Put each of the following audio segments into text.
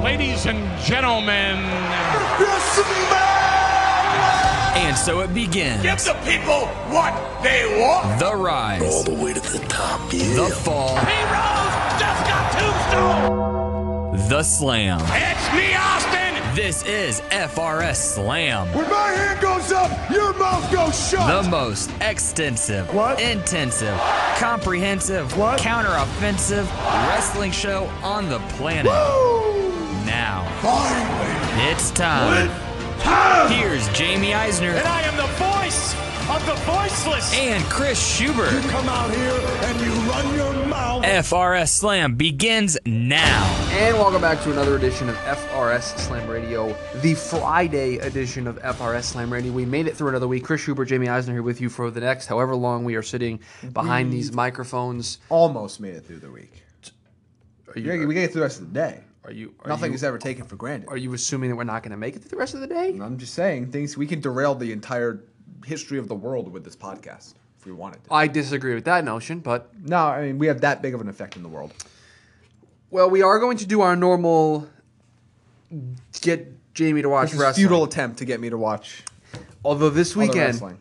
Ladies and gentlemen, And so it begins. Give the people what they want. The rise. All the way to the top. The fall. He rose, just got tombstone. The slam. It's me, Austin. This is FRS Slam. When my hand goes up, your mouth goes shut. The most extensive, What? intensive, comprehensive, What? counter-offensive wrestling show on the planet. Woo! Now, Finally, it's time. it's time. Here's Jamie Eisner and I am the voice of the voiceless. and Chris Schubert. Come out here and you run your mouth. FRS Slam begins now. And welcome back to another edition of FRS Slam Radio, the Friday edition of FRS Slam Radio. We made it through another week. Chris Schubert, Jamie Eisner here with you for the next however long we are sitting behind these microphones. almost made it through the week. Are We gotta- we you, gotta get through the rest of the day. are you, are Nothing you, is ever taken for granted. Are you assuming that we're not going to make it through the rest of the day? I'm just saying things we can derail the entire history of the world with this podcast if we wanted to. I disagree with that notion, but No, I mean we have that big of an effect in the world. well, we are going to do our normal get Jamie to watch This is wrestling. futile attempt to get me to watch Although this other weekend, wrestling.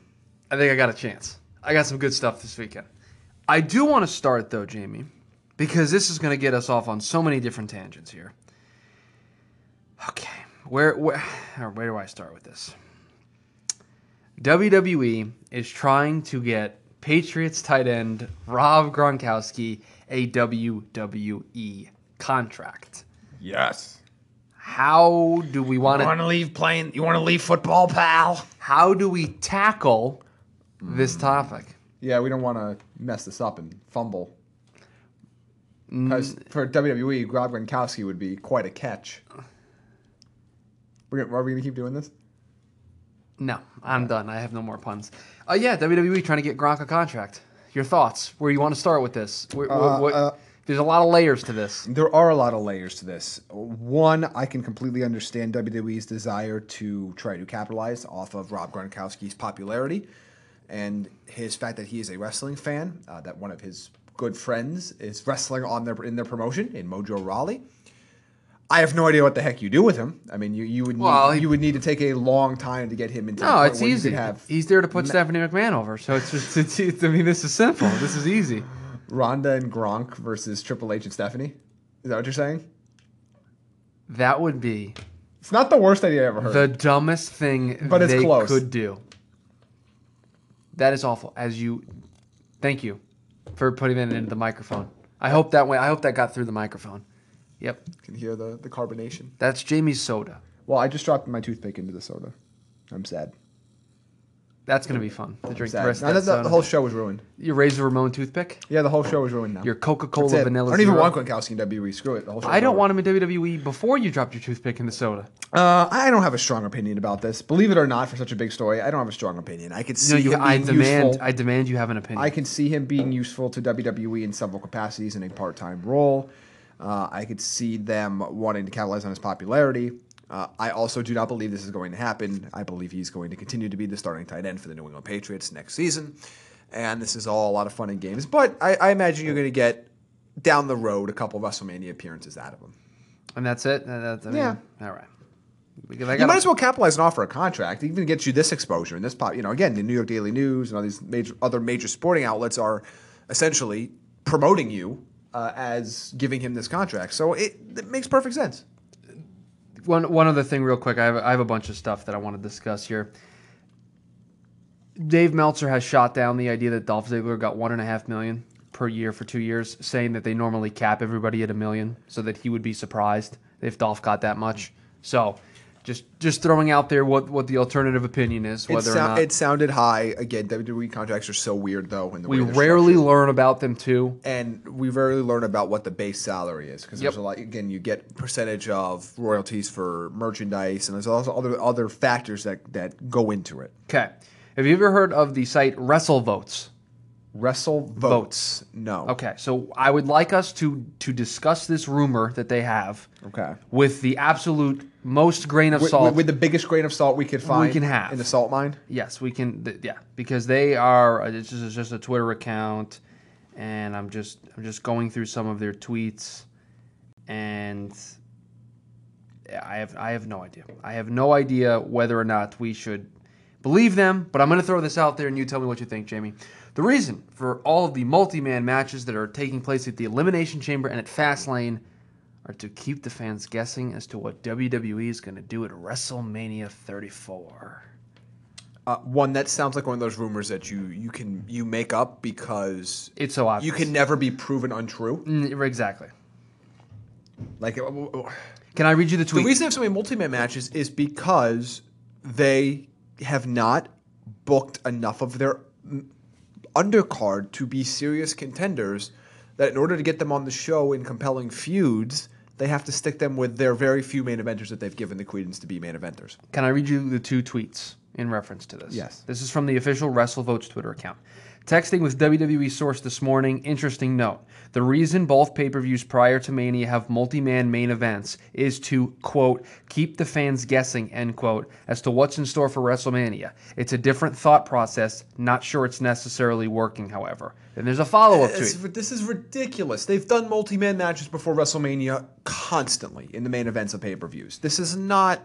I think I got a chance. I got some good stuff this weekend. I do want to start though, Jamie, because this is going to get us off on so many different tangents here. Okay, where where or where do I start with this? WWE is trying to get Patriots tight end Rob Gronkowski a WWE contract. Yes. How do we want to to leave playing? You want to leave football, pal? how do we tackle this topic? Yeah, we don't want to mess this up and fumble. Because for WWE, Rob Gronkowski would be quite a catch. We're gonna, are we gonna keep doing this? No, I'm done. I have no more puns. Uh, yeah, WWE trying to get Gronk a contract. Your thoughts? Where you want to start with this? Where, where- what- uh. there's a lot of layers to this. There are a lot of layers to this. One, I can completely understand WWE's desire to try to capitalize off of Rob Gronkowski's popularity and his fact that he is a wrestling fan, uh, that one of his good friends is wrestling on their in their promotion in Mojo Raleigh. I have no idea what the heck you do with him. I mean, you, you would need, Well, he- you would need to take a long time to get him into. the No, point it's where you easy. could Have He's there to put Stephanie McMahon over. So it's just, it's, it's, I mean, this is simple. This is easy. Ronda and Gronk versus Triple H and Stephanie. Is that what you're saying? That would be It's not the worst idea I ever heard. the dumbest thing But it's they close. could do. That is awful. As you, thank you for putting that into the microphone. I hope that went. I hope that got through the microphone. Yep, can hear the, the carbonation. that's Jamie's soda. Well, I just dropped my toothpick into the soda. I'm sad. That's gonna be fun to drink sad. the rest No, no, of the, that. soda. the whole show was ruined. your Razor Ramon toothpick, Yeah, the whole show was ruined now. your Coca That's Cola it. vanilla. I don't even syrup. want Gronkowski and WWE. Screw it. The whole show. I don't want him in WWE before you dropped your toothpick in the soda. Uh, I don't have a strong opinion about this. Believe it or not, for such a big story, I don't have a strong opinion. I could see No, you, him I being demand. useful. I demand you have an opinion. I can see him being useful to WWE in several capacities in a part time role. Uh, I could see them wanting to capitalize on his popularity. Uh, I also do not believe this is going to happen. I believe he's going to continue to be the starting tight end for the New England Patriots next season. And this is all a lot of fun and games. But I, I imagine you're going to get down the road a couple WrestleMania appearances out of him. and that's it. And that's, I mean, Yeah. All right. Because I You gotta- might as well capitalize and offer a contract. It even gets you this exposure and this pop. You know, again, the New York Daily News and all these major other major sporting outlets are essentially promoting you uh, as giving him this contract. So it, it makes perfect sense. One one other thing, real quick. I have I have a bunch of stuff that I want to discuss here. Dave Meltzer has shot down the idea that Dolph Ziggler got one and a half million per year for two years, saying that they normally cap everybody at a million, so that he would be surprised if Dolph got that much. So, just just throwing out there what what the alternative opinion is, It, whether sou- or not it sounded high. Again, WWE contracts are so weird though, and the we way they're rarely structured. learn about them too. and we rarely learn about what the base salary is because Yep. there's a lot. Again, you get percentage of royalties for merchandise, and there's also other other factors that that go into it. Okay, have you ever heard of the site WrestleVotes? Wrestle votes. No. Okay, so I would like us to to discuss this rumor that they have. Okay. With the absolute most grain of with, salt. with- with the biggest grain of salt we could find can have. in the salt mine. yes, we can. Th- yeah, because they are. This is just a Twitter account, and I'm just I'm just going through some of their tweets, and I have I have no idea. I have no idea whether or not we should believe them, but I'm going to throw this out there and you tell me what you think, Jamie. The reason for all of the multi-man matches that are taking place at the Elimination Chamber and at Fastlane are to keep the fans guessing as to what WWE is going to do at WrestleMania 34. Uh, one that sounds like one of those rumors that you you can you make up because It's so obvious. you can never be proven untrue. Mm, exactly. Like uh, w- w- Can I read you the the tweet? reason they have so many multi-man matches is because they have not booked enough of their mm, undercard to be serious contenders. That in order to get them on the show in compelling feuds, they have to stick them with their very few main eventers that they've given the credence to be main eventers. Can I read you the two tweets in reference to this? Yes. This is from the official WrestleVotes Twitter account. Texting with WWE source this morning, interesting note. The reason both pay per views prior to Mania have multi man main events is to, quote, keep the fans guessing, end quote, as to what's in store for WrestleMania. It's a different thought process, not sure it's necessarily working, however. Then there's a follow up It's- tweet. this is ridiculous. They've done multi-man matches before WrestleMania constantly in the main events of pay-per-views. This is not.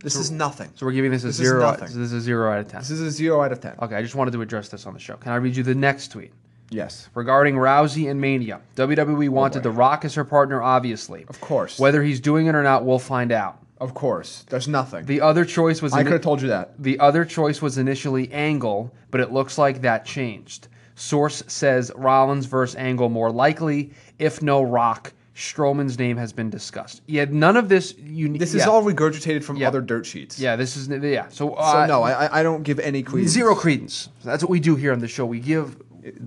This is nothing. So we're giving this a This is zero. nothing. this is Uh, a zero out of ten. This is a zero out of ten. Okay, I just wanted to address this on the show. Can I read you the next tweet? Yes. regarding Rousey and Mania. WWE Oh, wanted boy. The Rock as her partner, obviously. Of course. Whether he's doing it or not, we'll find out. Of course. There's nothing. The other choice was I ini- could have told you that. the other choice was initially Angle, but it looks like that changed. Source says Rollins versus Angle more likely, if no Rock. Strowman's name has been discussed. Yeah, none of this. You This yeah. is all regurgitated from Yeah. other dirt sheets. Yeah, this is yeah. So, So uh, no, I I- I don't give any credence. zero credence. That's what we do here on the show. We give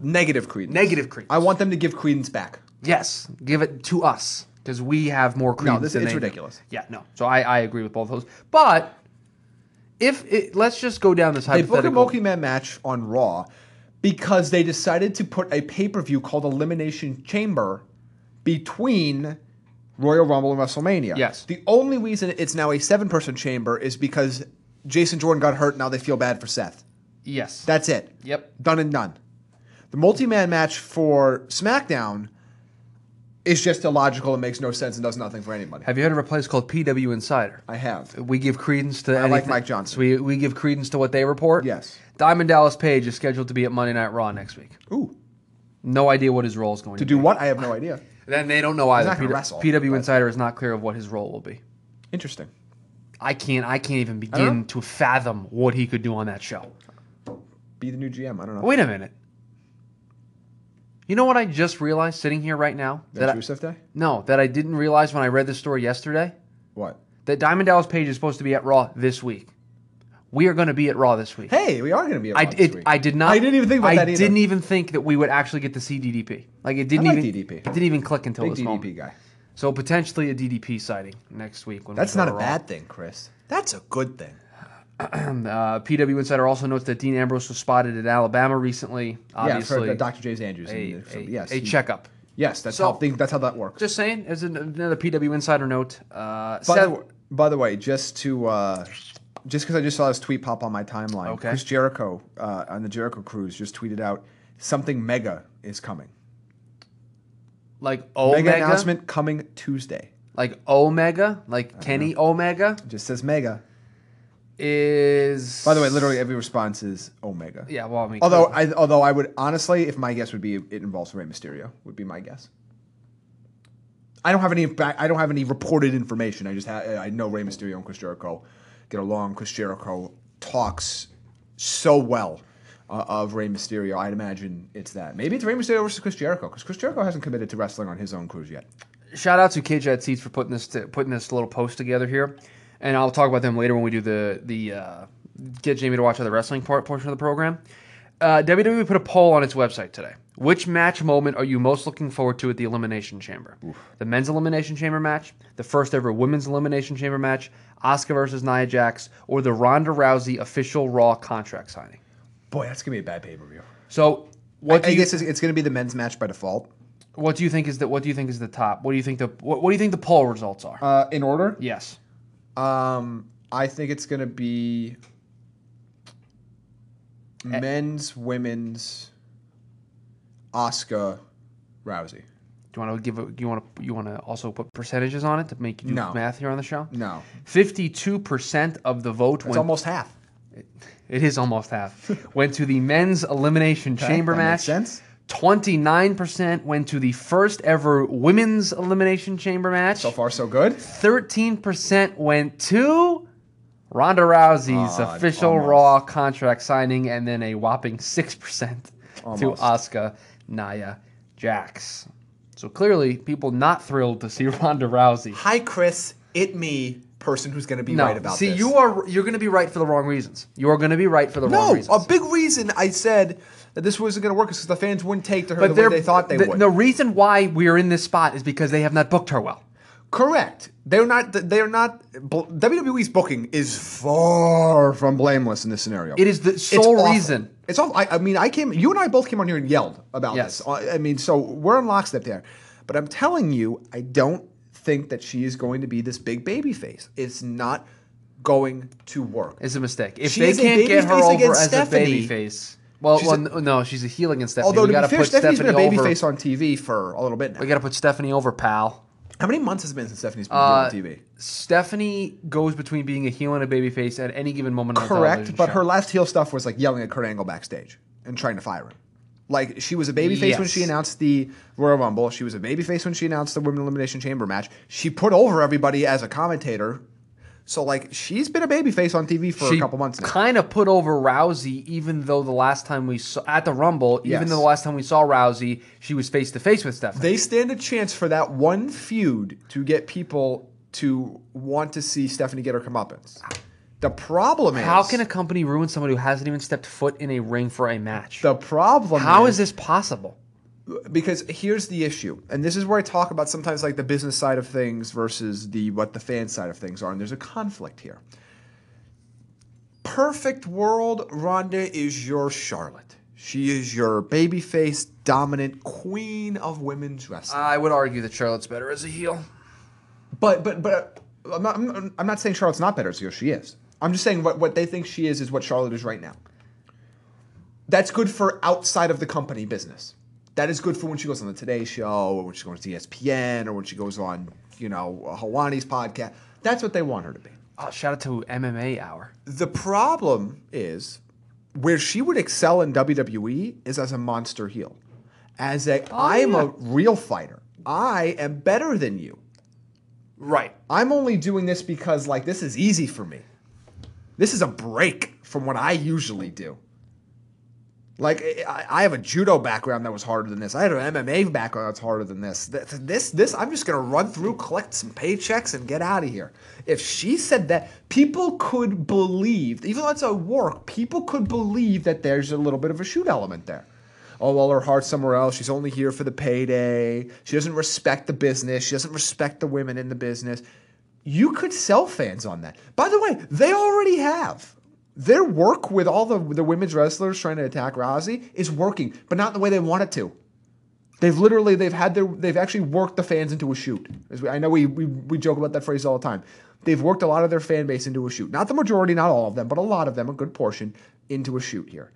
Negative credence. Negative credence. I want them to give credence back. Yes, give it to us because we have more credence. this- than it's they do. ridiculous. Yeah, no. So I, I agree with both those. But if it, let's just go down this They booked a hypothetical. multi-man match on Raw because they decided to put a pay-per-view called Elimination Chamber between Royal Rumble and WrestleMania. Yes. The only reason it's now a seven-person chamber is because Jason Jordan got hurt. Now they feel bad for Seth. yes. That's it. Yep. Done and done. The multi-man match for SmackDown is just illogical. It makes no sense and does nothing for anybody. have you heard of a place called PW Insider? I have. we give credence to. I like Mike Johnson. We we give credence to what they report. Yes. Diamond Dallas Page is scheduled to be at Monday Night Raw next week. Ooh. No idea what his role is going to, To do what? I have no idea. Then they don't know either. not gonna PW wrestle, PW but- Insider is not clear of what his role will be. Interesting. I can't. I can't even know. begin to fathom what he could do on that show. Be the new GM. I don't know. Wait a minute. You know what I just realized sitting here right now? That's I, Rusev Day? no, that I didn't realize when I read this story yesterday. What? That Diamond Dallas Page is supposed to be at Raw this week. We are going to be at Raw this week. Hey, we are going to be. I, around this it, week. I did not. I didn't even think about I that either. didn't even think that we would actually get to see DDP. Like it didn't like even. DDP. It didn't even click until Big this DDP moment. guy. So potentially a DDP sighting next week. When we That's go not to a Raw. bad thing, Chris. That's a good thing. Uh, PW Insider also notes that Dean Ambrose was spotted in Alabama recently. Obviously, yeah, for Dr. James Andrews. a, and, so, a- yes, a he- checkup. Yes, that's So- how thing, that's how that works. Just saying, as an, another PW insider note. by, Uh, Seth- the, w- by the way, just to uh, just because I just saw this tweet pop on my timeline, Okay. Chris Jericho uh, on the Jericho Cruise just tweeted out something mega is coming. like Omega, Mega announcement coming Tuesday. like Omega, like Kenny Omega It just says mega. is. By the way, literally every response is "Oh, omega. yeah. Well, I mean, Although I although I would honestly, if my guess would be it involves Rey Mysterio, would be my guess. I don't have any back- I don't have any reported information. I just ha- I know Rey Mysterio and Chris Jericho get along. Chris Jericho talks so well uh, of Rey Mysterio. I'd imagine it's that. Maybe it's Rey Mysterio versus Chris Jericho because Chris Jericho hasn't committed to wrestling on his own cruise yet. shout out to KJ at Seats for putting this to, putting this little post together here, and I'll talk about them later when we do the the uh, get Jamie to watch the wrestling part portion of the program. Uh, WWE put a poll on its website today. Which match moment are you most looking forward to at the Elimination Chamber? The men's Elimination Chamber match, the first ever women's Elimination Chamber match, Oscar versus Nia Jax, or the Ronda Rousey official Raw contract signing. Boy, that's gonna be a bad pay per view. So, what do I you guess it's, it's gonna be the men's match by default. what do you think is the what do you think is the top? What do you think the what, what do you think the poll results are? Uh, in order, yes. Um, I think it's gonna be men's, women's, Oscar, Rousey. Do you want to give? A, you want to? You want to also put percentages on it to make you do No. math here on the show? No. Fifty-two percent of the vote It's went. almost half. it is almost half. went to the men's elimination chamber that match. makes sense. Twenty-nine percent went to the first ever women's elimination chamber match. So far, so good. Thirteen percent went to Ronda Rousey's Ah, official almost. Raw contract signing, and then a whopping six percent to Almost. Asuka Naya Jax. So clearly, people not thrilled to see Ronda Rousey. Hi, Chris. It me, person who's going to be No, right about see, this. you are you're going to be right for the wrong reasons. You are going to be right for the wrong No, a reasons. big reason I said that this wasn't going to work is because the fans wouldn't take to her the way they're- they thought they the, would. The reason why we're in this spot is because they have not booked her well. Correct. They're not. They're not. bl- WWE's booking is far from blameless in this scenario. It is the It's sole awful. reason. It's awful. I, I mean, I came. You and I both came on here and yelled about Yes. this. I I mean, so we're in lockstep there. But I'm telling you, I don't think that she is going to be this big baby face. It's not going to work. It's a mistake. If She they is a can't get her babyface over against as Stephanie. a baby face, well, She's well a- n- no, she's a heel against Stephanie. Although we to gotta be fair, put Stephanie's Stephanie been a baby over. face on TV for a little bit now. We got to put Stephanie over, pal. How many months has it been since Stephanie's been Uh, here on TV? Stephanie goes between being a heel and a babyface at any given moment. on a television Correct, but show. her last heel stuff was like yelling at Kurt Angle backstage and trying to fire him. Like she was a babyface when she Yes. announced the Royal Rumble. She was a babyface when she announced the Women Elimination Chamber match. She put over everybody as a commentator. So like she's been a babyface on TV for she a couple months now. kind of put over Rousey, even though the last time we saw at the Rumble, Yes. even though the last time we saw Rousey, she was face to face with Stephanie. they stand a chance for that one feud to get people to want to see Stephanie get her comeuppance. The problem is How can a company ruin someone who hasn't even stepped foot in a ring for a match? the problem How is is this possible? because here's the issue and this is where i talk about sometimes like the business side of things versus the what the fan side of things are and there's a conflict here perfect world ronda is your charlotte she is your babyface dominant queen of women's wrestling I would argue that Charlotte's better as a heel. but but but uh, I'm, not, I'm, I'm not saying charlotte's not better as here she is i'm just saying what, what they think she is is what charlotte is right now that's good for outside of the company business. That is good for when she goes on the Today Show or when she goes to E ESPN or when she goes on, you know, Hawani's podcast. That's what they want her to be. Oh, shout out to MMA Hour. The problem is where she would excel in WWE is as a monster heel. As a, I'm a real fighter. I am better than you. Right. I'm only doing this because like this is easy for me. This is a break from what I usually do. Like I- I, I have a judo background that was harder than this. I had an MMA background that's harder than this. Th- th- This, this, I'm just gonna run through, collect some paychecks, and get out of here. If she said that, people could believe, even though it's a work, people could believe that there's a little bit of a shoot element there. Oh well, her heart's somewhere else. She's only here for the payday. She doesn't respect the business. She doesn't respect the women in the business. You could sell fans on that. By the way, they already have. Their work with all the, the women's wrestlers trying to attack Rousey is working, but not in the way they want it to. They've literally they've had their they've actually worked the fans into a shoot. As we, I know we, we we joke about that phrase all the time. They've worked a lot of their fan base into a shoot. Not the majority, not all of them, but a lot of them, a good portion, into a shoot here.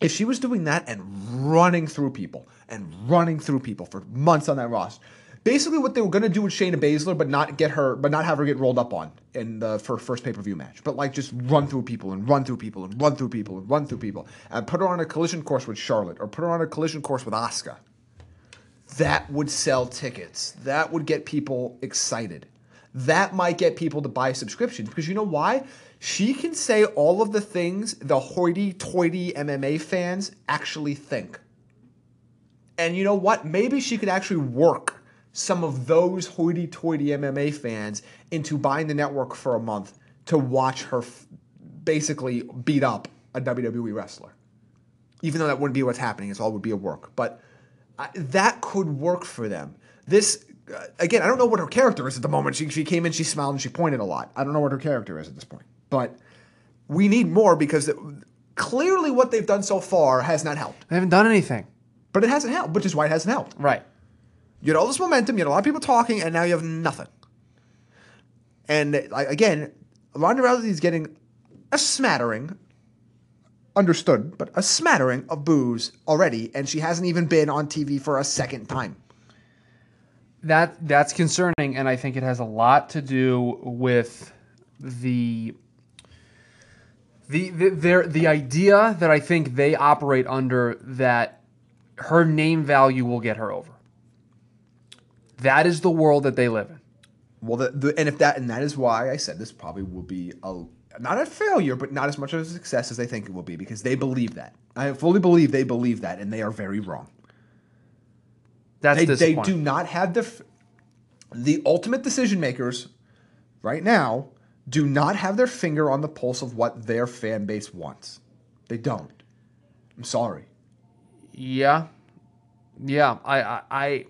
If she was doing that and running through people and running through people for months on that roster, basically what they were going to do with Shayna Baszler, but not get her, but not have her get rolled up on in the for first pay per view match, but like just run through people and run through people and run through people and run through people and put her on a collision course with Charlotte or put her on a collision course with Asuka. That would sell tickets. That would get people excited. That might get people to buy subscriptions because you know why? She can say all of the things the hoity toity MMA fans actually think. And you know what? Maybe she could actually work some of those hoity toity MMA fans into buying the network for a month to watch her f- basically beat up a WWE wrestler even though that wouldn't be what's happening, it's all would be a work. But I, that could work for them. This uh, again, I don't know what her character is at the moment. She she came in, she smiled, and she pointed a lot. I don't know what her character is at this point, but we need more because it, clearly what they've done so far has not helped. They haven't done anything. But it hasn't helped, which is why it hasn't helped. Right. You had all this momentum, you had a lot of people talking, and now you have nothing. And uh, like, again, Ronda Rousey is getting a smattering, understood, but a smattering of booze already, and she hasn't even been on TV for a second time. that that's concerning, and I think it has a lot to do with the the the their, the idea that I think they operate under that her name value will get her over. That is the world that they live in. Well, the, the, and if that and that is why I said this probably will be a not a failure, but not as much of a success as they think it will be because they believe that. I fully believe they believe that, and they are very wrong. That's They, they disappointing. do not have the f- the ultimate decision makers right now do not have their finger on the pulse of what their fan base wants. They don't. I'm sorry. Yeah, yeah. I I, I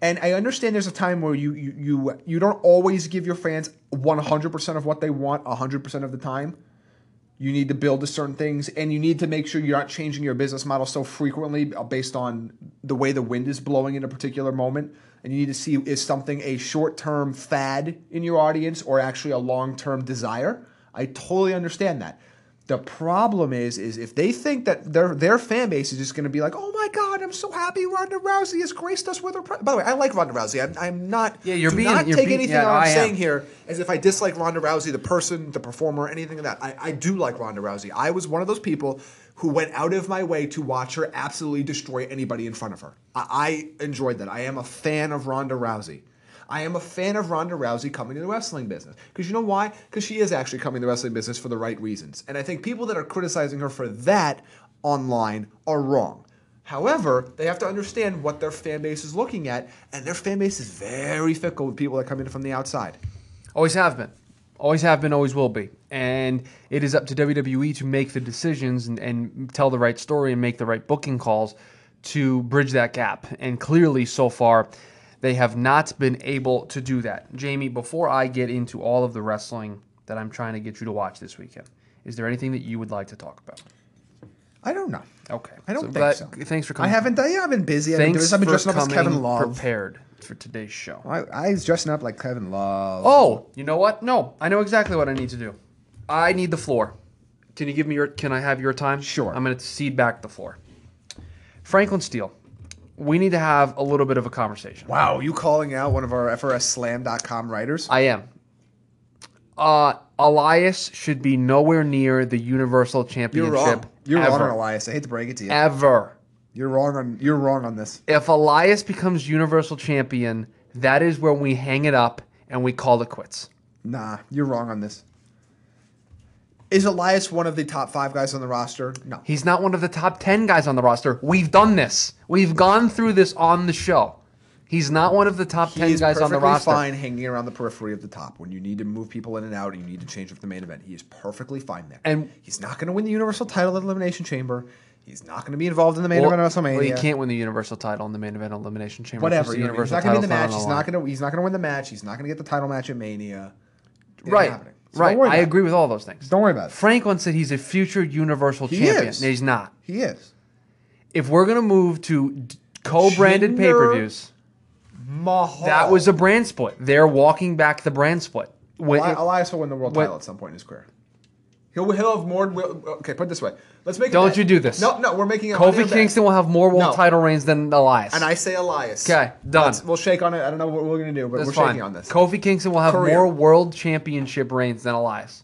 And I understand there's a time where you you you, you don't always give your fans 100% of what they want 100% of the time. You need to build to certain things, and you need to make sure you're not changing your business model so frequently uh, based on the way the wind is blowing in a particular moment. And you need to see is something a short term fad in your audience or actually a long term desire. I totally understand that. The problem is, is if they think that their their fan base is just going to be like, oh my god, I'm so happy Ronda Rousey has graced us with her. Pre-. By the way, I like Ronda Rousey. I'm, I'm not. Yeah, you're do being- Not you're take being- anything yeah, out I I'm am. saying here as if I dislike Ronda Rousey, the person, the performer, anything of that. I, I do like Ronda Rousey. I was one of those people who went out of my way to watch her absolutely destroy anybody in front of her. I, I enjoyed that. I am a fan of Ronda Rousey. I am a fan of Ronda Rousey coming to the wrestling business. Because you know why? Because she is actually coming to the wrestling business for the right reasons. And I think people that are criticizing her for that online are wrong. However, they have to understand what their fan base is looking at, and their fan base is very fickle with people that come in from the outside. Always have been. Always have been, always will be. And it is up to WWE to make the decisions and, and tell the right story and make the right booking calls to bridge that gap. And clearly, so far, they have not been able to do that. Jamie, before I get into all of the wrestling that I'm trying to get you to watch this weekend, is there anything that you would like to talk about? I don't know. Okay. I don't So think that- so. Thanks for I coming. haven't. I have been busy. I've been, doing, Thanks this. I've been for dressing up as coming Kevin Love. prepared for today's show. I, I was dressing up like Kevin Love. Oh, you know what? No, I know exactly what I need to do. I need the floor. Can you give me your? Can I have your time? Sure. I'm going to cede back the floor. Franklin Steele, we need to have a little bit of a conversation. wow! You calling out one of our FRSSlam.com writers? I am. Uh, Elias should be nowhere near the Universal You're Championship. wrong. You're ever, wrong on Elias. I hate to break it to you. Ever. You're wrong on. You're wrong on this. If Elias becomes Universal Champion, that is where we hang it up and we call it quits. Nah, you're wrong on this. Is Elias one of the top five guys on the roster? No. He's not one of the top 10 guys on the roster. We've done this. We've gone through this on the show. He's not one of the top 10 He's guys on the perfectly roster. fine hanging around the periphery of the top when you need to move people in and out and you need to change up the main event. He is perfectly fine there. And- he's not going to win the Universal title at Elimination Chamber. He's not going to be involved in the main Well, event of WrestleMania. well, he can't win the Universal title in the main event elimination chamber. Whatever. because you know, he's Universal not going to be in the title's match. on He's line. not going to. He's not going to win the match. He's not going to get the title match at Mania. It ain't Right. happening. So don't Right. worry I about it. agree with all those things. Don't worry about it. Franklin said he's a future Universal He champion. is. He's not. He is If we're going to move to co branded Jinder pay per views, Mahal. that was a brand split. They're walking back the brand split. When- Eli- Elias will win the world when- title at some point in his career. He'll, he'll have more. will- Okay, put it this way. Let's make. a Don't bet. you do this. No, no, we're making. a money Kofi bet. Kingston will have more world No. title reigns than Elias. And I say Elias. Okay, done. Let's- we'll shake on it. I don't know what we're going to do, but That's we're fine. shaking on this. Kofi Kingston will have Career. more world championship reigns than Elias.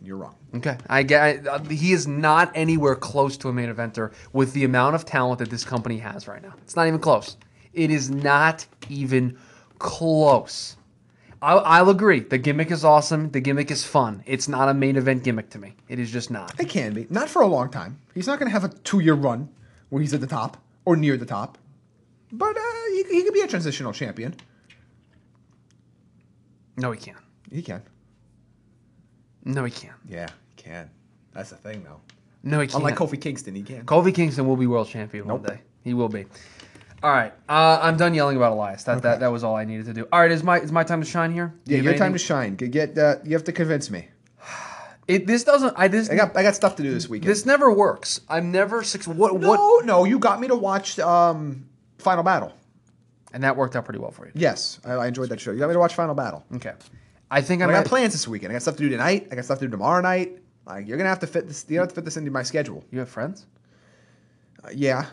You're wrong. Okay, I get. I, uh, he is not anywhere close to a main eventer with the amount of talent that this company has right now. It's not even close. It is not even close. I, I'll agree. The gimmick is awesome. The gimmick is fun. It's not a main event gimmick to me. It is just not. It can be. Not for a long time. He's not going to have a two year run where he's at the top or near the top. But uh, he, he could be a transitional champion. No, he can't. He can. No, he can't. Yeah, he can. That's the thing, though. No, he can't. Unlike Kofi Kingston, he can. Kofi Kingston will be world champion one day. He will be. All right, uh, I'm done yelling about Elias. That, that that was all I needed to do. All right, is my is my time to shine here? Do yeah, you your have time to shine. anything- Get, get uh, you have to convince me. it, this doesn't. I this I got I got stuff to do this weekend. this never works. I'm never six. What no, what? no, you got me to watch um, Final Battle. And that worked out pretty well for you. Yes, I, I enjoyed that show. You got me to watch Final Battle. Okay, I think I I'm got at, plans this weekend. I got stuff to do tonight. I got stuff to do tomorrow night. Like you're gonna have to fit this. You have to fit this into my schedule. You have friends? Uh, yeah, Uh,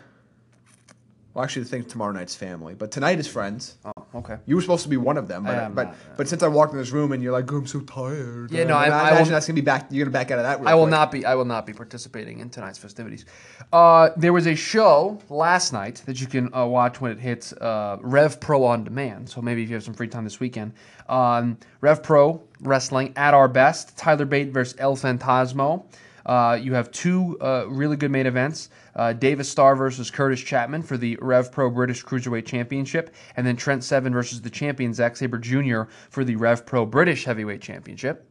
Well, actually, the thing's tomorrow night's family, but tonight is friends. Um, Oh, okay. You were supposed to be one of them, but am but, not, but since I walked in this room and you're like, I'm so tired. Yeah, no, and I- I imagine will- that's gonna be back. You're gonna back out of that. Real I will quick. not be. I will not be participating in tonight's festivities. Uh, there was a show last night that you can uh, watch when it hits uh, Rev Pro on demand. So maybe if you have some free time this weekend, um, Rev Pro Wrestling at our best. Tyler Bate versus El Fantasmo. Uh, you have two uh, really good main events. Uh, Davis Starr versus Curtis Chapman for the Rev Pro British Cruiserweight Championship, and then Trent Seven versus the champion Zack Saber Jr. for the Rev Pro British Heavyweight Championship.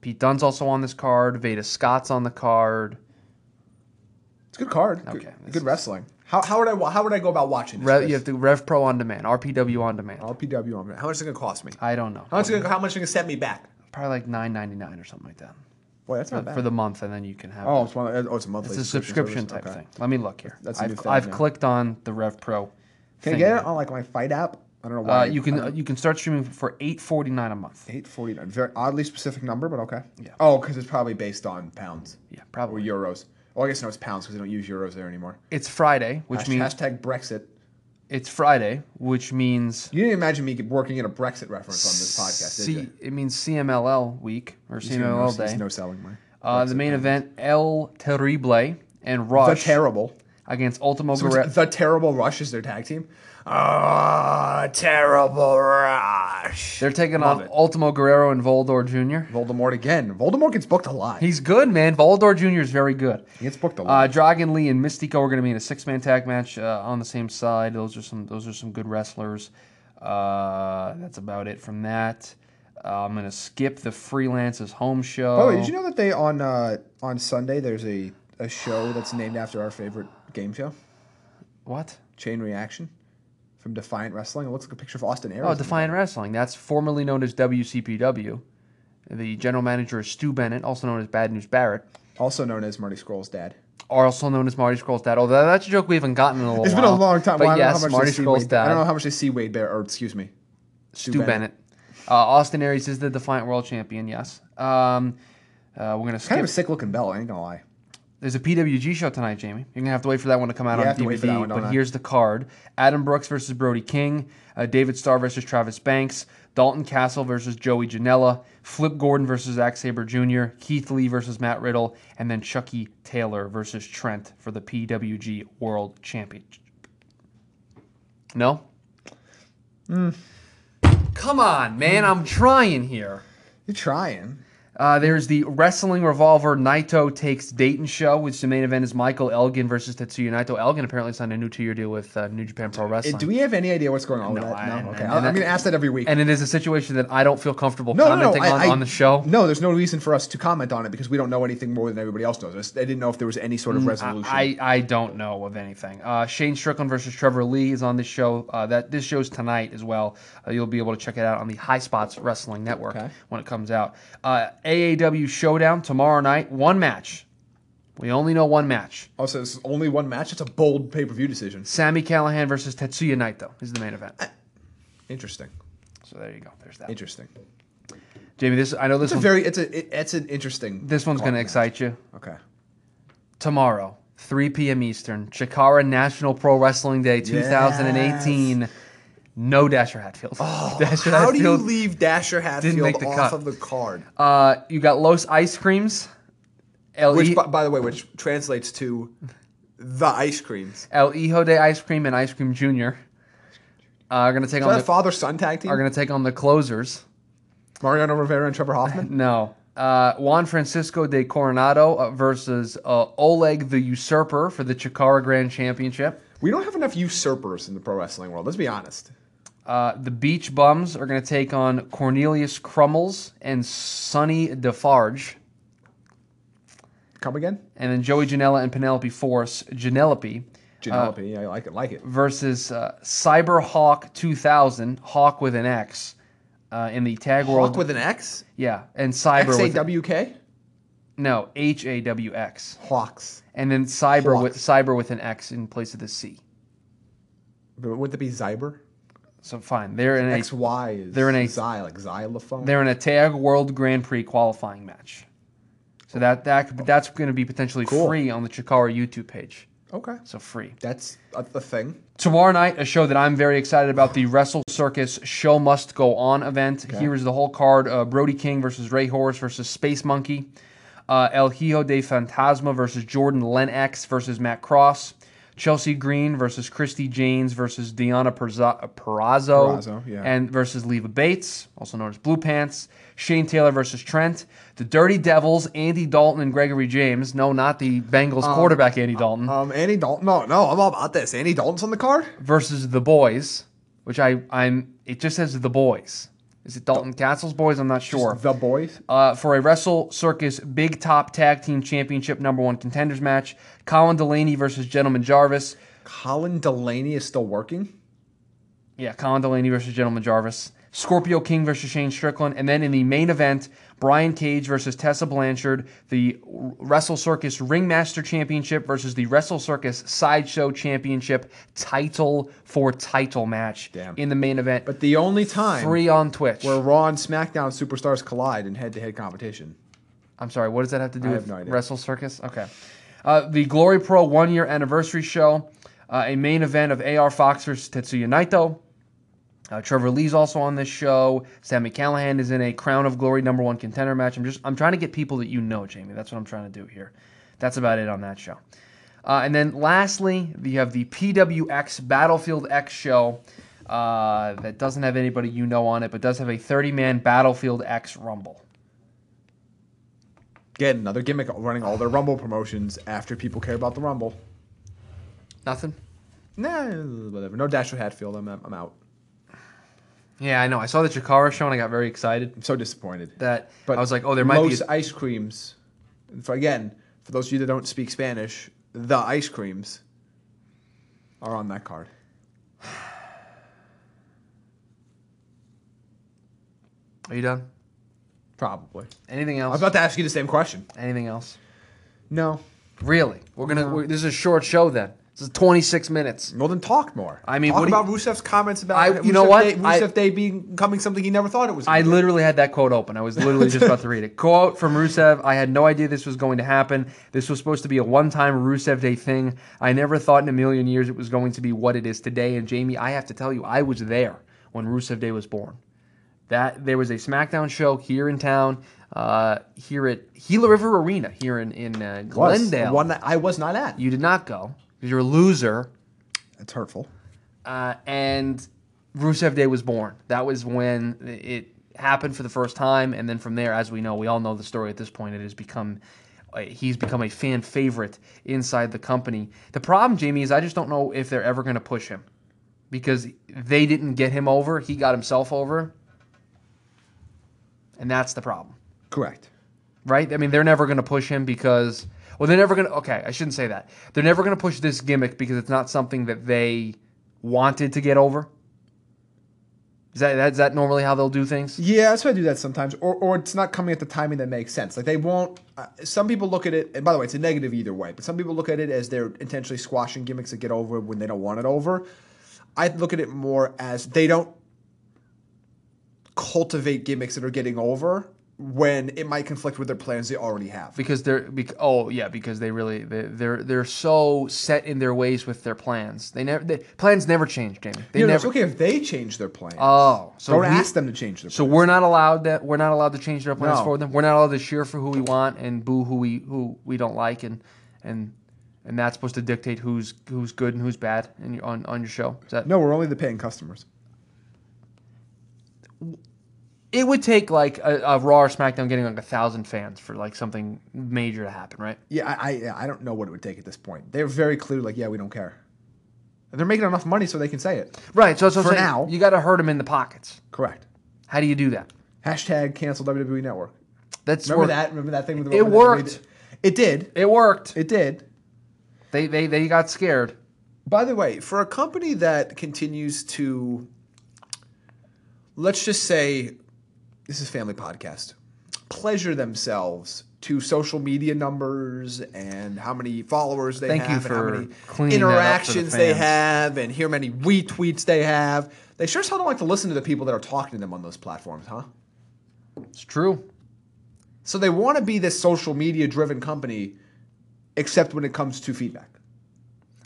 Pete Dunne's also on this card. Veda Scott's on the card. It's a good card. Okay, Good, this good is- wrestling. How, how would I wa- how would I go about watching this? Rev, Chris? you have to Rev Pro on demand, RPW on demand. I'll PW on it. How much is it gonna cost me? I don't know. How much is it gonna, how much is it gonna set me back? Probably like nine ninety nine or something like that Boy, that's not bad. Uh, for the month, and then you can have. oh, it. it's one. of- Oh, it's a monthly. it's a subscription type service. Okay. thing. Let me look here. That's a I've, new thing, I've yeah. clicked on the Rev Pro. Can I thing get here. it on like my Fight app? I don't know why. Uh, you can I uh, you can start streaming for eight forty nine a month. Eight forty nine. Very oddly specific number, but okay. Yeah. Oh, because it's probably based on pounds. Yeah, Or probably. euros. Well, I guess no, it's pounds because they don't use euros there anymore. It's Friday, which Hasht- means hashtag Brexit. it's Friday, which means You didn't imagine me working in a Brexit reference on this podcast, did C- you? it means CMLL week or He's gonna know- CMLL he's day. no selling my. uh, the Brexit main reference. event El Terrible and The Rush terrible. against Ultimo So it's Guerrero. the terrible Rush is their tag team. Ah, terrible Rush. They're taking Love on it. Ultimo Guerrero and Voldor Jr. Voldemort again. Voldemort gets booked a lot. He's good, man. Voldor Jr. is very good. He gets booked a Uh, lot. Dragon Lee and Mystico are going to be in a six-man tag match uh, on the same side. Those are some. Those are some good wrestlers. Uh, that's about it from that. Uh, I'm going to skip the freelancers home show. Oh, did you know that they on uh, on Sunday there's a, a show that's named after our favorite game show, what? Chain Reaction, from Defiant Wrestling. It looks like a picture of Austin Aries. Oh, Defiant Wrestling. That's formerly known as WCPW. The general manager is Stu Bennett, also known as Bad News Barrett, also known as Marty Scroll's dad. also known as Marty Scroll's dad. Although that's a joke we haven't gotten in a little It's while. been a long time. Oh, But Well, I don't know yes, how much they Marty see Scroll's Wade- dad. I don't know how much they see Wade Bear, or excuse me, Stu Bennett. Bennett. Uh, Austin Aries is the Defiant World Champion, yes. Um, uh, we're going to skip. kind of a sick looking bell. I ain't gonna lie. There's a PWG show tonight, Jamie. You're going to have to wait for that one to come out Yeah, I on have to wait for DVD. that one, don't but I? here's the card Adam Brooks versus Brody King, uh, David Starr versus Travis Banks, Dalton Castle versus Joey Janela, Flip Gordon versus Zack Sabre Jr., Keith Lee versus Matt Riddle, and then Chucky Taylor versus Trent for the PWG World Championship. No? Hmm. Come on, man. I'm trying here. You're trying. Uh, there's the Wrestling Revolver Naito Takes Dayton show, which the main event is Michael Elgin versus Tetsuya Naito. Elgin apparently signed a new two-year deal with uh, New Japan Pro Eh, Wrestling. Do we have any idea what's going on with No, that? I- no. and- okay. and- I- and I'm that- gonna ask that every week. and it is a situation that I don't feel comfortable no, no, no. commenting I- on, I- on the show. No, there's no reason for us to comment on it because we don't know anything more than everybody else knows. I just- I didn't know if there was any sort of resolution. Mm, I, I don't know of anything. Uh, Shane Strickland versus Trevor Lee is on this show. Uh, that this show's tonight as well. Uh, you'll be able to check it out on the High Spots Wrestling Network Okay. when it comes out. Uh, AAW Showdown tomorrow night. One match. We only know one match. also, it's only one match. It's a bold pay per view decision. Sammy Callahan versus Tetsuya Naito is the main event. Interesting. So there you go. There's that. Interesting. Jamie, this I know this It's a one. very. It's a. It, it's an interesting. this one's going to card excite you. match. Okay. Tomorrow, 3 p.m. Eastern, Chikara National Pro Wrestling Day 2018. No Dasher Hatfield. Oh, Dasher How do you Hatfield. leave Dasher Hatfield make the off cut. of the card? uh, you got Los Ice Creams. El, Which, E- by, by the way, which translates to the ice creams. El Hijo de Ice Cream and Ice Cream Junior. Uh, are gonna take Is on that a the, father son tag team? are gonna take on the closers. Mariano Rivera and Trevor Hoffman? No. Uh, Juan Francisco de Coronado uh, versus uh, Oleg the Usurper for the Chikara Grand Championship. we don't have enough usurpers in the pro wrestling world. Let's be honest. Uh, the Beach Bums are going to take on Cornelius Crummels and Sonny Defarge. Come again? And then Joey Janela and Penelope Force, Janelope, Genelope. yeah, I like it. Like it. versus uh, Cyberhawk 2000, Hawk with an X, uh, in the Tag World. Fuck with an X? yeah, and Cyber X A with W K? no H A W X, Hawks. and then Cyber Hawk. with Cyber with an X in place of the C. But wouldn't it be Zyber? So fine, they're in a X Y is they're in a- Xy, like xylophone. They're in a Tag World Grand Prix qualifying match. So that that could- that's going to be potentially Cool. free on the Chikara YouTube page. Okay. So free. That's a, a thing. Tomorrow night, a show that I'm very excited about the Wrestle Circus Show Must Go On event. Here is the whole card uh, Brody King versus Ray Horse versus Space Monkey, uh, El Hijo de Fantasma versus Jordan Lenx versus Matt Cross, Chelsea Green versus Christy Janes versus Deanna Perza- Perazzo, Perazzo, yeah. and versus Leva Bates, also known as Blue Pants, Shane Taylor versus Trent, the Dirty Devils, Andy Dalton and Gregory James. No, not the Bengals quarterback, Andy Dalton Um, Andy Dalton. No, no, I'm all about this. Andy Dalton's on the card. versus the boys, which I I'm it just says the boys. Is it Dalton Castle's boys? I'm not sure. The boys. Uh, for a Wrestle Circus Big Top Tag Team Championship Number One Contenders match, Colin Delaney versus Gentleman Jarvis. Colin Delaney is still working. Yeah, Colin Delaney versus Gentleman Jarvis. Scorpio King versus Shane Strickland, and then in the main event, Brian Cage versus Tessa Blanchard, the Wrestle Circus Ringmaster Championship versus the Wrestle Circus Sideshow Championship title for title match Damn. in the main event. But the only time free on Twitch. where Raw and SmackDown superstars collide in head-to-head competition. I'm sorry, what does that have to do I with have no idea. Wrestle Circus? Okay. Uh, the Glory Pro one year anniversary show, uh, a main event of AR Fox versus Tetsuya Naito. Uh, Trevor Lee's also on this show. Sammy Callahan is in a Crown of Glory number one contender match. I'm just I'm trying to get people that you know, Jamie. That's what I'm trying to do here. That's about it on that show. Uh, and then lastly, you have the PWX Battlefield X show uh, that doesn't have anybody you know on it, but does have a 30 man Battlefield X Rumble. Again, another gimmick running all their Rumble promotions after people care about the Rumble. Nothing. Nah, whatever. No Dasher Hatfield. I'm, I'm out. Yeah, I know. I saw the Chikara show and I got very excited I'm so disappointed. that But I was like, oh, there might be. Los A, ice creams. and For, again, for those of you that don't speak Spanish, the ice creams are on that card. are you done? Probably. Anything I was else? about to ask you the same question. Anything else? No. Really? We're gonna. we this is a short show then. This is 26 minutes. Well, then talk more. I mean, talk what do you- about Rusev's comments about I- Rusev's you know what? Day, I- Rusev Day being becoming something he never thought it was. I literally had that quote open. I was literally just about to read it. Quote from Rusev I had no idea this was going to happen. This was supposed to be a one time Rusev Day thing. I never thought in a million years it was going to be what it is today. And Jamie, I have to tell you, I was there when Rusev Day was born. That there was a SmackDown show here in town, uh, here at Gila River Arena, here in in uh, was Glendale. one that I was not at. you did not go because you're a loser That's hurtful. uh, and Rusev Day was born. That was when it happened for the first time, and then from there, as we know, we all know the story. At this point, it has become uh, he's become a fan favorite inside the company. The problem, Jamie, is I just don't know if they're ever going to push him because they didn't get him over; he got himself over, and that's the problem Correct. right? I mean, they're never going to push him because, well, they're never going to, okay, I shouldn't say that. They're never going to push this gimmick because it's not something that they wanted to get over. Is that, that, is that normally how they'll do things? Yeah, that's why I do that sometimes, or or it's not coming at the timing that makes sense. Like they won't. Uh, some people look at it, and by the way, it's a negative either way. But some people look at it as they're intentionally squashing gimmicks that get over when they don't want it over. I look at it more as they don't cultivate gimmicks that are getting over when it might conflict with their plans they already have. Because they're, bec- oh yeah, because they really they- they're they're so set in their ways with their plans. They never they, plans never change, Jamie. They You know, never. it's okay if they change their plans. Oh, so don't we- ask them to change their. So plans. we're not allowed that we're not allowed to change their plans No. for them. We're not allowed to cheer for who we want and boo who we who we don't like and and and that's supposed to dictate who's who's good and who's bad in your, on on your show. Is that No, we're only the paying customers. It would take like a, a Raw or SmackDown getting like a thousand fans for like something major to happen, right? Yeah, I, I yeah, I don't know what it would take at this point. They're very clear, like, yeah, we don't care. And they're making enough money so they can say it. Right. So that's what I'm For saying. now. you got to hurt them in the pockets. Correct. How do you do that? Hashtag cancel WWE Network. That's Remember work- that? Remember that thing with the It Roman that we worked. did? It did. It worked. It did. they they they got scared. By the way, for a company that continues to, let's just say, this is family podcast, pleasure themselves to social media numbers and how many followers they Thank you have, for and how many cleaning that up for the interactions they fans. have, and how many retweets they have. They sure as hell don't like to listen to the people that are talking to them on those platforms, huh? It's true. So they want to be this social media driven company, except when it comes to feedback.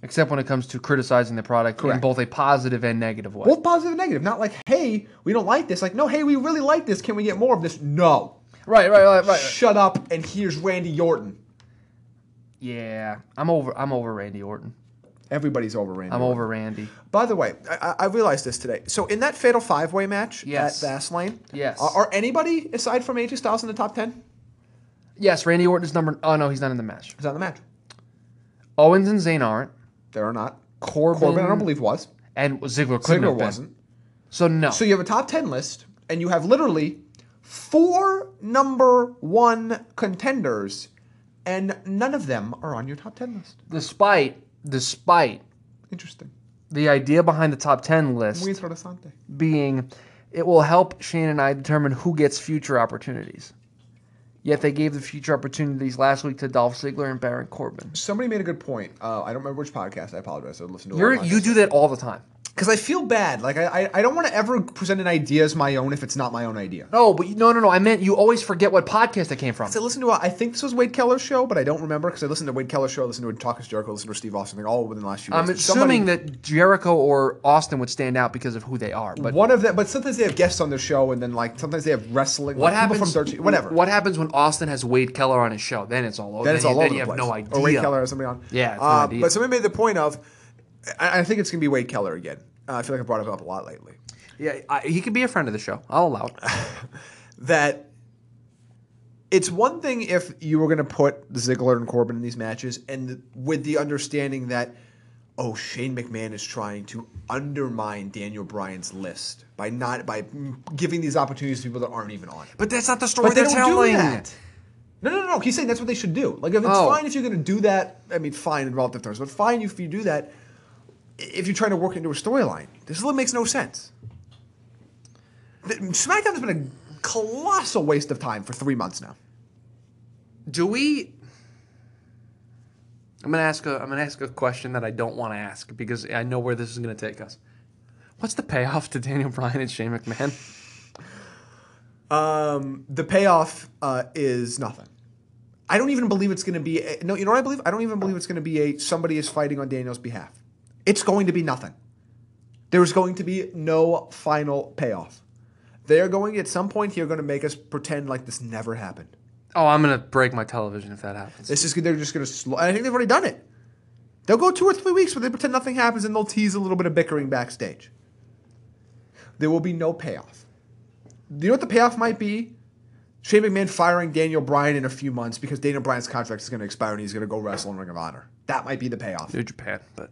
except when it comes to criticizing the product in Correct. both a positive and negative way. Both positive and negative. Not like, hey, we don't like this. Like, no, hey, we really like this. Can we get more of this? No. right, right, right, right. Shut up. And here's Randy Orton. Yeah, I'm over. I'm over Randy Orton. Everybody's over Randy. I'm Orton. over Randy. By the way, I, I- I realized this today. So in that fatal five way match Yes. at Fastlane, Yes. are, are anybody aside from AJ Styles in the top ten? Yes, Randy Orton is number. Oh no, he's not in the match. Is that the match? Owens and Zayn aren't. There are not. Corbin, Corbin, I don't believe was. and Ziggler couldn't Ziggler have been. wasn't. So no. So you have a top ten list, and you have literally four number one contenders, and none of them are on your top ten list. despite despite Interesting. the idea behind the top 10 list Muy interesante. being it will help Shane and I determine who gets future opportunities. Yet they gave the future opportunities last week to Dolph Ziggler and Baron Corbin. Somebody made a good point. Uh, I don't remember which podcast. I apologize. I listened to. a lot You're, of podcasts. you do that all the time. Because I feel bad. Like I, I, I don't want to ever present an idea as my own if it's not my own idea. No, Oh, but you, no, no, no. I meant you always forget what podcast it came from. I listened to. A, I think this was Wade Keller's show, but I don't remember because I listened to Wade Keller's show. I listened to Talk is Jericho. I listened to Steve Austin. They're all within the last few. I'm days. assuming Somebody- that Jericho or Austin would stand out because of who they are. But one of them. But sometimes they have guests on their show, and then like sometimes they have wrestling. what like, people happens? from Dirt, whatever? What happens when Austin has Wade Keller on his show? Then it's all over. That is you- all over Then you the have place. no idea. Or Wade Keller or somebody on. Yeah, it's no Uh, idea. But somebody made the point of. I, I think it's gonna be Wade Keller again. Uh, I feel like I brought him up a lot lately. Yeah, I, he could be a friend of the show. I'll allow it. that it's one thing if you were going to put Ziggler and Corbin in these matches, and th- with the understanding that, oh, Shane McMahon is trying to undermine Daniel Bryan's list by not by mm, giving these opportunities to people that aren't even on. it. But that's not the story But they they're don't telling. do that. No, no, no, no. He's saying that's what they should do. Like, if it's Oh. fine if you're going to do that, I mean, fine in relative terms, but fine if you do that, i- if you're trying to work it into a storyline. This really makes no sense. The- SmackDown's been a colossal waste of time for three months now. Do we? I'm gonna ask a I'm gonna ask a question that I don't want to ask because I know where this is gonna take us. What's the payoff to Daniel Bryan and Shane McMahon? Um, the payoff uh, is nothing. I don't even believe it's going to be. A, no, you know what I believe? I don't even believe it's going to be a somebody is fighting on Daniel's behalf. It's going to be nothing. There's going to be no final payoff. They're going at some point here going to make us pretend like this never happened. Oh, I'm gonna break my television if that happens. This is they're just going to. Sl- I think they've already done it. They'll go two or three weeks where they pretend nothing happens and they'll tease a little bit of bickering backstage. There will be no payoff. You know what the payoff might be? Shane McMahon firing Daniel Bryan in a few months because Daniel Bryan's contract is going to expire and he's going to go wrestle in Ring of Honor. That might be the payoff. New Japan, but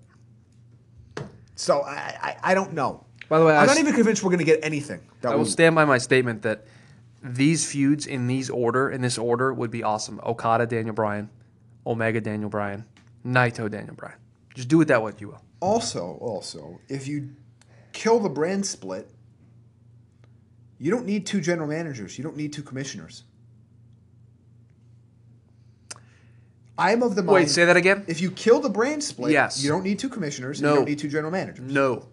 So I, I, I don't know. By the way, I I'm not s- even convinced we're going to get anything. That I will stand by my statement that these feuds in these order in this order would be awesome. Okada Daniel Bryan, Omega Daniel Bryan, Naito Daniel Bryan. Just do it that way if you will. Also, also, if you kill the brand split, you don't need two general managers. You don't need two commissioners. I'm of the mind. Wait, say that again. If you kill the brand split, Yes. you don't need two commissioners. and No. You don't need two general managers. No.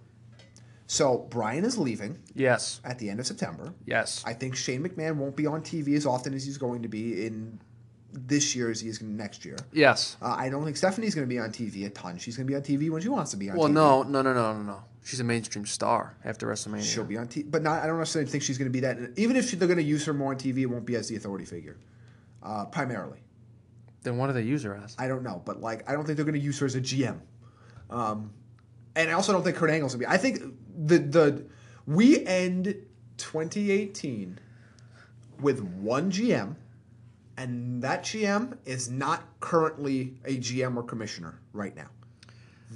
So Brian is leaving Yes. at the end of September. Yes. I think Shane McMahon won't be on TV as often as he's going to be in this year as he is next year. yes. Uh, I don't think Stephanie's going to be on TV a ton. She's going to be on TV when she wants to be on Well, TV. no, no, no, no, no, no. She's a mainstream star after WrestleMania. She'll be on TV, but not. I don't necessarily think she's going to be that. Even if she, they're going to use her more on TV, it won't be as the authority figure, uh, primarily. Then what do they use her as? I don't know, but like, I don't think they're going to use her as a GM. Um, and I also don't think Kurt Angle's going to be. I think the the we end 2018 with one GM, and that GM is not currently a GM or commissioner right now.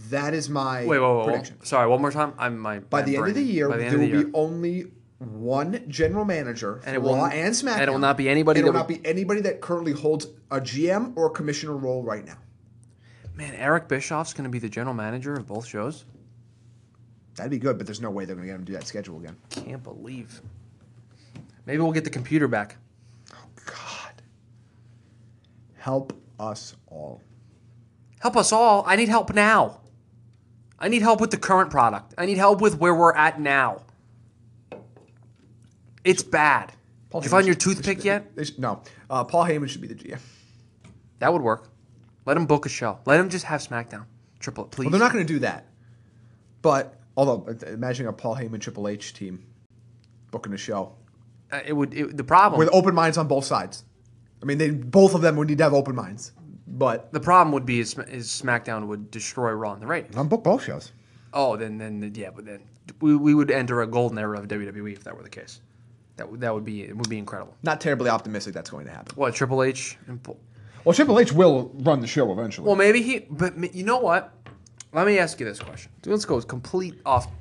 That is my Wait, wait, wait. prediction. Sorry, one more time. I'm my By my the end of the brain. year, By the end there of will the year. be only one general manager for And it will- Raw and SmackDown. and it will not be anybody It will that not we- be anybody that currently holds a GM or commissioner role right now. Man, Eric Bischoff's going to be the general manager of both shows. That'd be good, but there's no way they're going to get him to do that schedule again. Can't believe. Maybe we'll get the computer back. God, help us all. Help us all. I need help now. I need help with the current product. I need help with where we're at now. It's bad. Did you find your toothpick yet? They should- no, uh, Paul Heyman should be the GM. That would work. Let him book a show. Let him just have SmackDown. Triple, please. Well, they're not going to do that. But although uh, imagining a Paul Heyman Triple H team booking a show Uh, it would. It, the problem. with open minds on both sides. I mean, they both of them would need to have open minds. But the problem would be is, Sm- is SmackDown would destroy Raw in the ratings. I'm book both shows. Oh, then then yeah, but then we, we would enter a golden era of WWE if that were the case. That would that would be it would be incredible. Not terribly optimistic that's going to happen. What Triple H and Paul? Well, Triple H will run the show eventually. Well, maybe he. But ma- you know what? Let me ask you this question. Let's go complete off. Go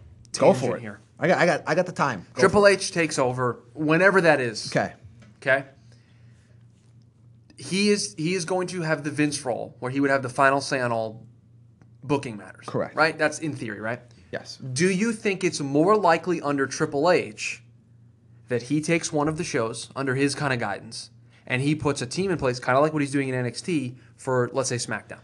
Tangent for it. here. I got, I got, I got the time. Go Triple H takes over whenever that is. for it. Okay. Okay. He is he is going to have the Vince role where he would have the final say on all booking matters. Correct. Right? That's in theory, right? Yes. Do you think it's more likely under Triple H that he takes one of the shows under his kind of guidance and he puts a team in place, kind of like what he's doing in NXT for, let's say, SmackDown?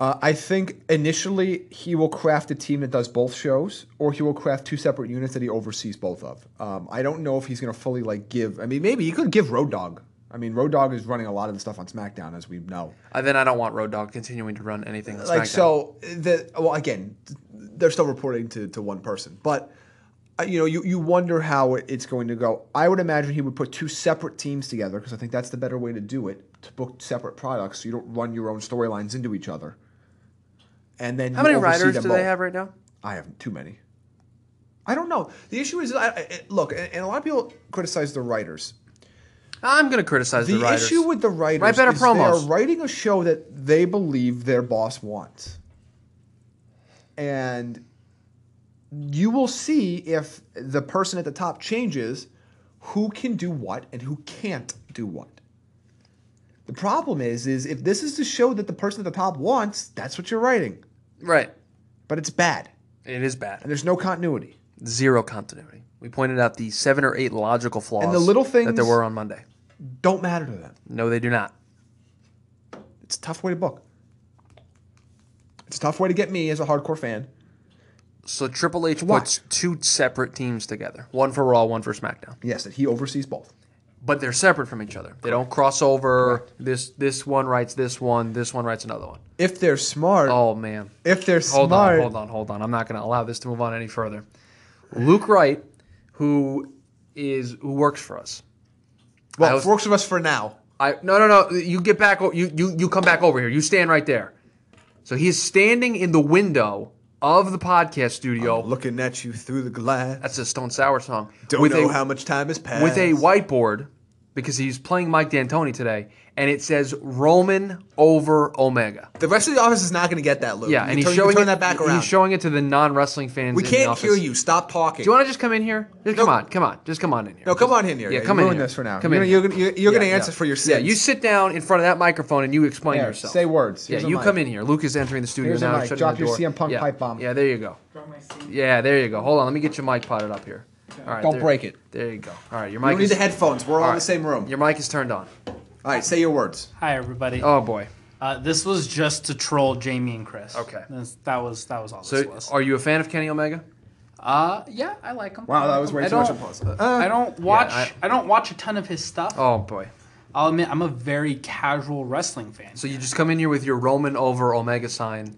Uh, I think initially he will craft a team that does both shows, or he will craft two separate units that he oversees both of. Um, I don't know if he's going to fully like give. I mean, maybe he could give Road Dog. I mean, Road Dog is running a lot of the stuff on SmackDown, as we know. Uh, then I don't want Road Dogg continuing to run anything on SmackDown. Like so, the well again, th- they're still reporting to, to one person, but uh, you know, you, you wonder how it's going to go. I would imagine he would put two separate teams together because I think that's the better way to do it to book separate products, so you don't run your own storylines into each other. And then How you many oversee writers do them they both. have right now? I have too many. I don't know. The issue is, I, I, look, and, and a lot of people criticize the writers. I'm going to criticize the, The writers. issue with the writers Write better is promos. they are writing a show that they believe their boss wants. And you will see if the person at the top changes who can do what and who can't do what. The problem is is if this is the show that the person at the top wants, that's what you're writing. right. But it's bad It is bad. and there's no continuity. zero continuity. We pointed out the seven or eight logical flaws And the little that things- there were on Monday. Don't matter to them. No, they do not. It's a tough way to book. It's a tough way to get me as a hardcore fan. So Triple H Why? puts two separate teams together, one for Raw, one for SmackDown, Yes, that he oversees both. but they're separate from each other. They don't cross over. This this one writes this one, this one writes another one. If they're smart, Oh man, if they're hold smart, on, hold on, hold on. I'm not going to allow this to move on any further. Luke Wright, who is who works for us. I well, was- works with us for now. I no no no. You get back. o- You you you come back over here. You stand right there. So he is standing in the window of the podcast studio. Looking at you through the glass. That's a Stone Sour song. Oh, Don't with know a, how much time has passed. with a whiteboard because he's playing Mike D'Antoni today, and it says Roman over Omega. the rest of the office is not going to get that, Luke. Yeah, You and he's turn, you showing turn it, that back around. He's showing it to the non-wrestling fans. we in the can't office. hear you. Stop talking. Do you want to just come in here? Just come on, come on, just come on in here. no, come on in here. Yeah, you come in ruined here. this for now. Come you're in Gonna, here. you're gonna, you're Yeah, gonna answer yeah. for your sins. Yeah, you sit down in front of that microphone and you explain Here, yourself. say words. Here's yeah, a you mic. come in here. Luke is entering the studio Here's a now. mic. shutting Drop the your door. CM Punk yeah. pipe bomb. Yeah, there you go. Yeah, there you go. Hold on, let me get your mic potted up here. All right, Don't there- break it. There you go. All right, You your mic. don't need is, the headphones. We're all, all in the right. same room. Your mic is turned on. All right, say your words. Hi everybody. Oh boy. Uh, this was just to troll Jamie and Chris. Okay. That's- that was that was all this So, was. are you a fan of Kenny Omega? Uh, yeah, I like him. Wow, that was way I too much don't- applause. Uh, I don't watch. I- I, don't watch a ton of his stuff. Oh boy. I'll admit, I'm a very casual wrestling fan. So you just come in here with your Roman over Omega sign.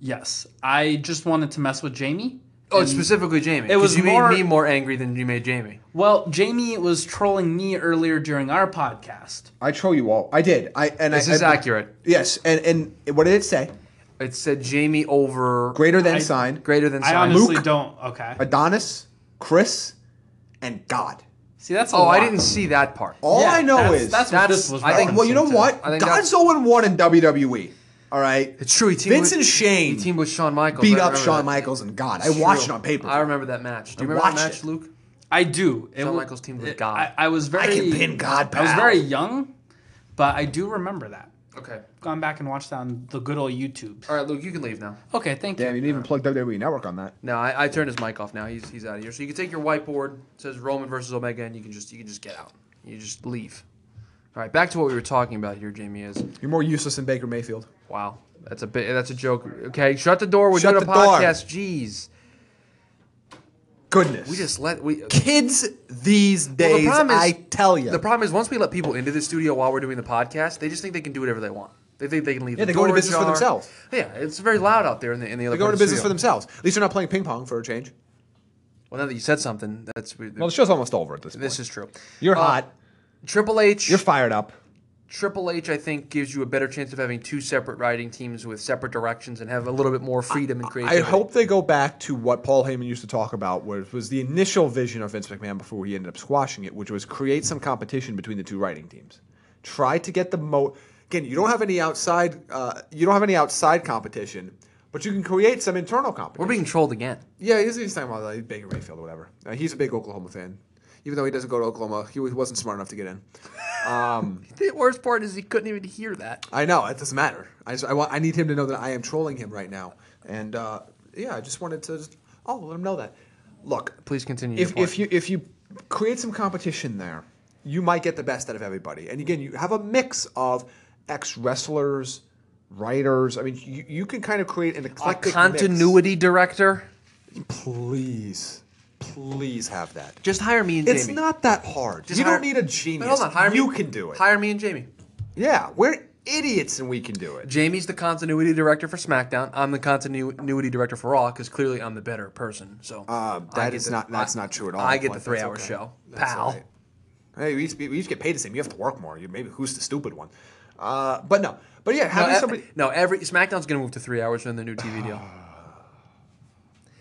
yes, I just wanted to mess with Jamie. Oh, And- specifically Jamie. it 'cause was you more- made me more angry than you made Jamie. Well, Jamie was trolling me earlier during our podcast. I troll you all. I did. I and This I, is I- accurate. Yes, and and what did it say? It said Jamie over Greater than I- sign. greater than I sign. honestly Luke. don't. Okay. Adonis, Chris, and God. See, that's a oh, I lot. didn't see that part. All Yeah, I know that's, is that's, what That's- this was. I think- well, you know referencing to. what? I think God's 0 1 in WWE. All right. It's true. He teamed Vince with, and Shane He teamed with Shawn Michaels. beat I up remember Shawn that. Michaels and God. I It's watched it true. on paper. I remember that match. Do you I remember that watched match, it. Luke? I do. It Shawn wa- Michaels teamed with it- God. I, I was very. can pin God, I was pal. very young, but I do remember that. Okay. Gone back and watched that on the good old YouTube. All right, Luke, you can leave now. Okay, thank Damn, you you. didn't even plug WWE Network on that. No, I, I turned his mic off now. He's, he's out of here. So you can take your whiteboard. It says Roman versus Omega, and you can just you can just get out. You just leave. All right, back to what we were talking about here. Jamie is You're more useless than Baker Mayfield. wow. That's a bit. That's a joke. Okay, shut the door. We're Shut doing a the door. podcast. Jeez, Goodness. we just let we. kids these Well, days. I tell you. The problem is once we let people into the studio while we're doing the podcast, they just think they can do whatever they want. They think they can leave. Yeah, the they go into door business for ajar. themselves. Yeah, it's very loud out there in the in the other. They're going part to of the business for studio. themselves. At least they're not playing ping pong for a change. Well, now that you said something, that's we- Well, the show's almost over at this point. this is true. You're Uh, hot. Triple H. You're fired up. Triple H, I think, gives you a better chance of having two separate writing teams with separate directions and have a little bit more freedom and I creativity. hope they go back to what Paul Heyman used to talk about, which was the initial vision of Vince McMahon before he ended up squashing it, which was create some competition between the two writing teams. Try to get the mo. Again, you don't have any outside. Uh, you don't have any outside competition, but you can create some internal we're competition. being trolled again. yeah, he's, he's talking about like, Baker Mayfield or whatever. Uh, he's a big Oklahoma fan, even though he doesn't go to Oklahoma. He wasn't smart enough to get in. The worst part is he couldn't even hear that. I know it doesn't matter. I just I want I need him to know that I am trolling him right now, and uh, yeah, I just wanted to just oh let him know that. Look, Please continue your If point. if you if you create some competition there, you might get the best out of everybody. And again, you have a mix of ex wrestlers, writers. I mean, you, you can kind of create an A eclectic mix. continuity director. Please, please have that. Just hire me and It's Jamie. not that hard. Just you hire- don't need a But genius. hold on, hire me. you can do it. Hire me and Jamie. yeah, we're idiots and we can do it. Jamie's the continuity director for SmackDown. I'm the continuity director for Raw because clearly I'm the better person. So Uh, I that get is not- that's I- not true at all, I get but the that's three hour okay. show, That's pal. all right. Hey, we used, we used to get paid the same. You have to work more. You maybe who's the stupid one? Uh, but no, but yeah, No, having e- somebody. no, every SmackDown's gonna move to three hours in the new TV deal.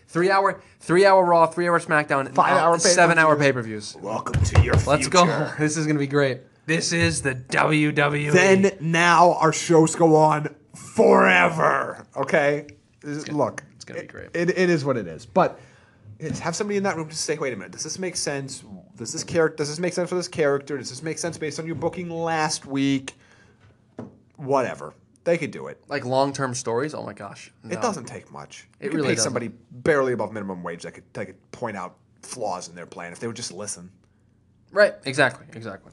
Three hour, three hour Raw, three hour SmackDown, uh, Five hour seven hour pay per pay-per-views. views. Welcome to your Let's go. This is gonna be great. This is the E. WWE. Then now our shows go on forever. Okay, This- look, it's gonna be great. It, it is what it is. But it's have somebody in that room to say, wait a minute, does this make sense? Does this character? Does this make sense for this character? Does this make sense based on your booking last week? Whatever, they could do it. like long term stories. Oh my gosh, It No. doesn't take much. You It could really pay doesn't. somebody barely above minimum wage that could that could point out flaws in their plan if they would just listen. Right, exactly, exactly.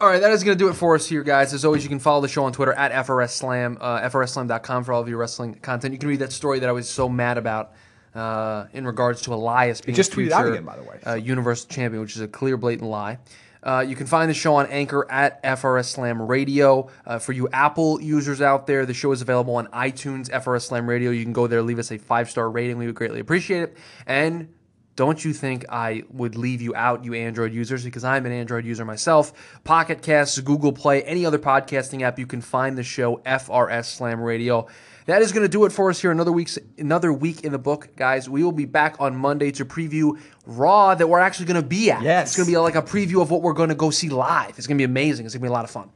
All right, that is going to do it for us here, guys. As always, you can follow the show on Twitter at FRS Slam, uh, FRSSlam.com for all of your wrestling content. You can read that story that I was so mad about uh, in regards to Elias being just a tweeted out future, again, by the way. Uh, Universal Champion, which is a clear, blatant lie. Uh, you can find the show on Anchor at FRS Slam Radio. Uh, for you Apple users out there, the show is available on iTunes, FRS Slam Radio. You can go there, leave us a five star rating. We would greatly appreciate it. And don't you think I would leave you out, you Android users, because I'm an Android user myself. Pocket Casts, Google Play, any other podcasting app, you can find the show FRS Slam Radio. That is going to do it for us here. Another week's another week in the book, guys. We will be back on Monday to preview Raw that we're actually going to be at. Yes. it's going to be like a preview of what we're going to go see live. It's going to be amazing. It's going to be a lot of fun.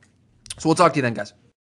So we'll talk to you then, guys.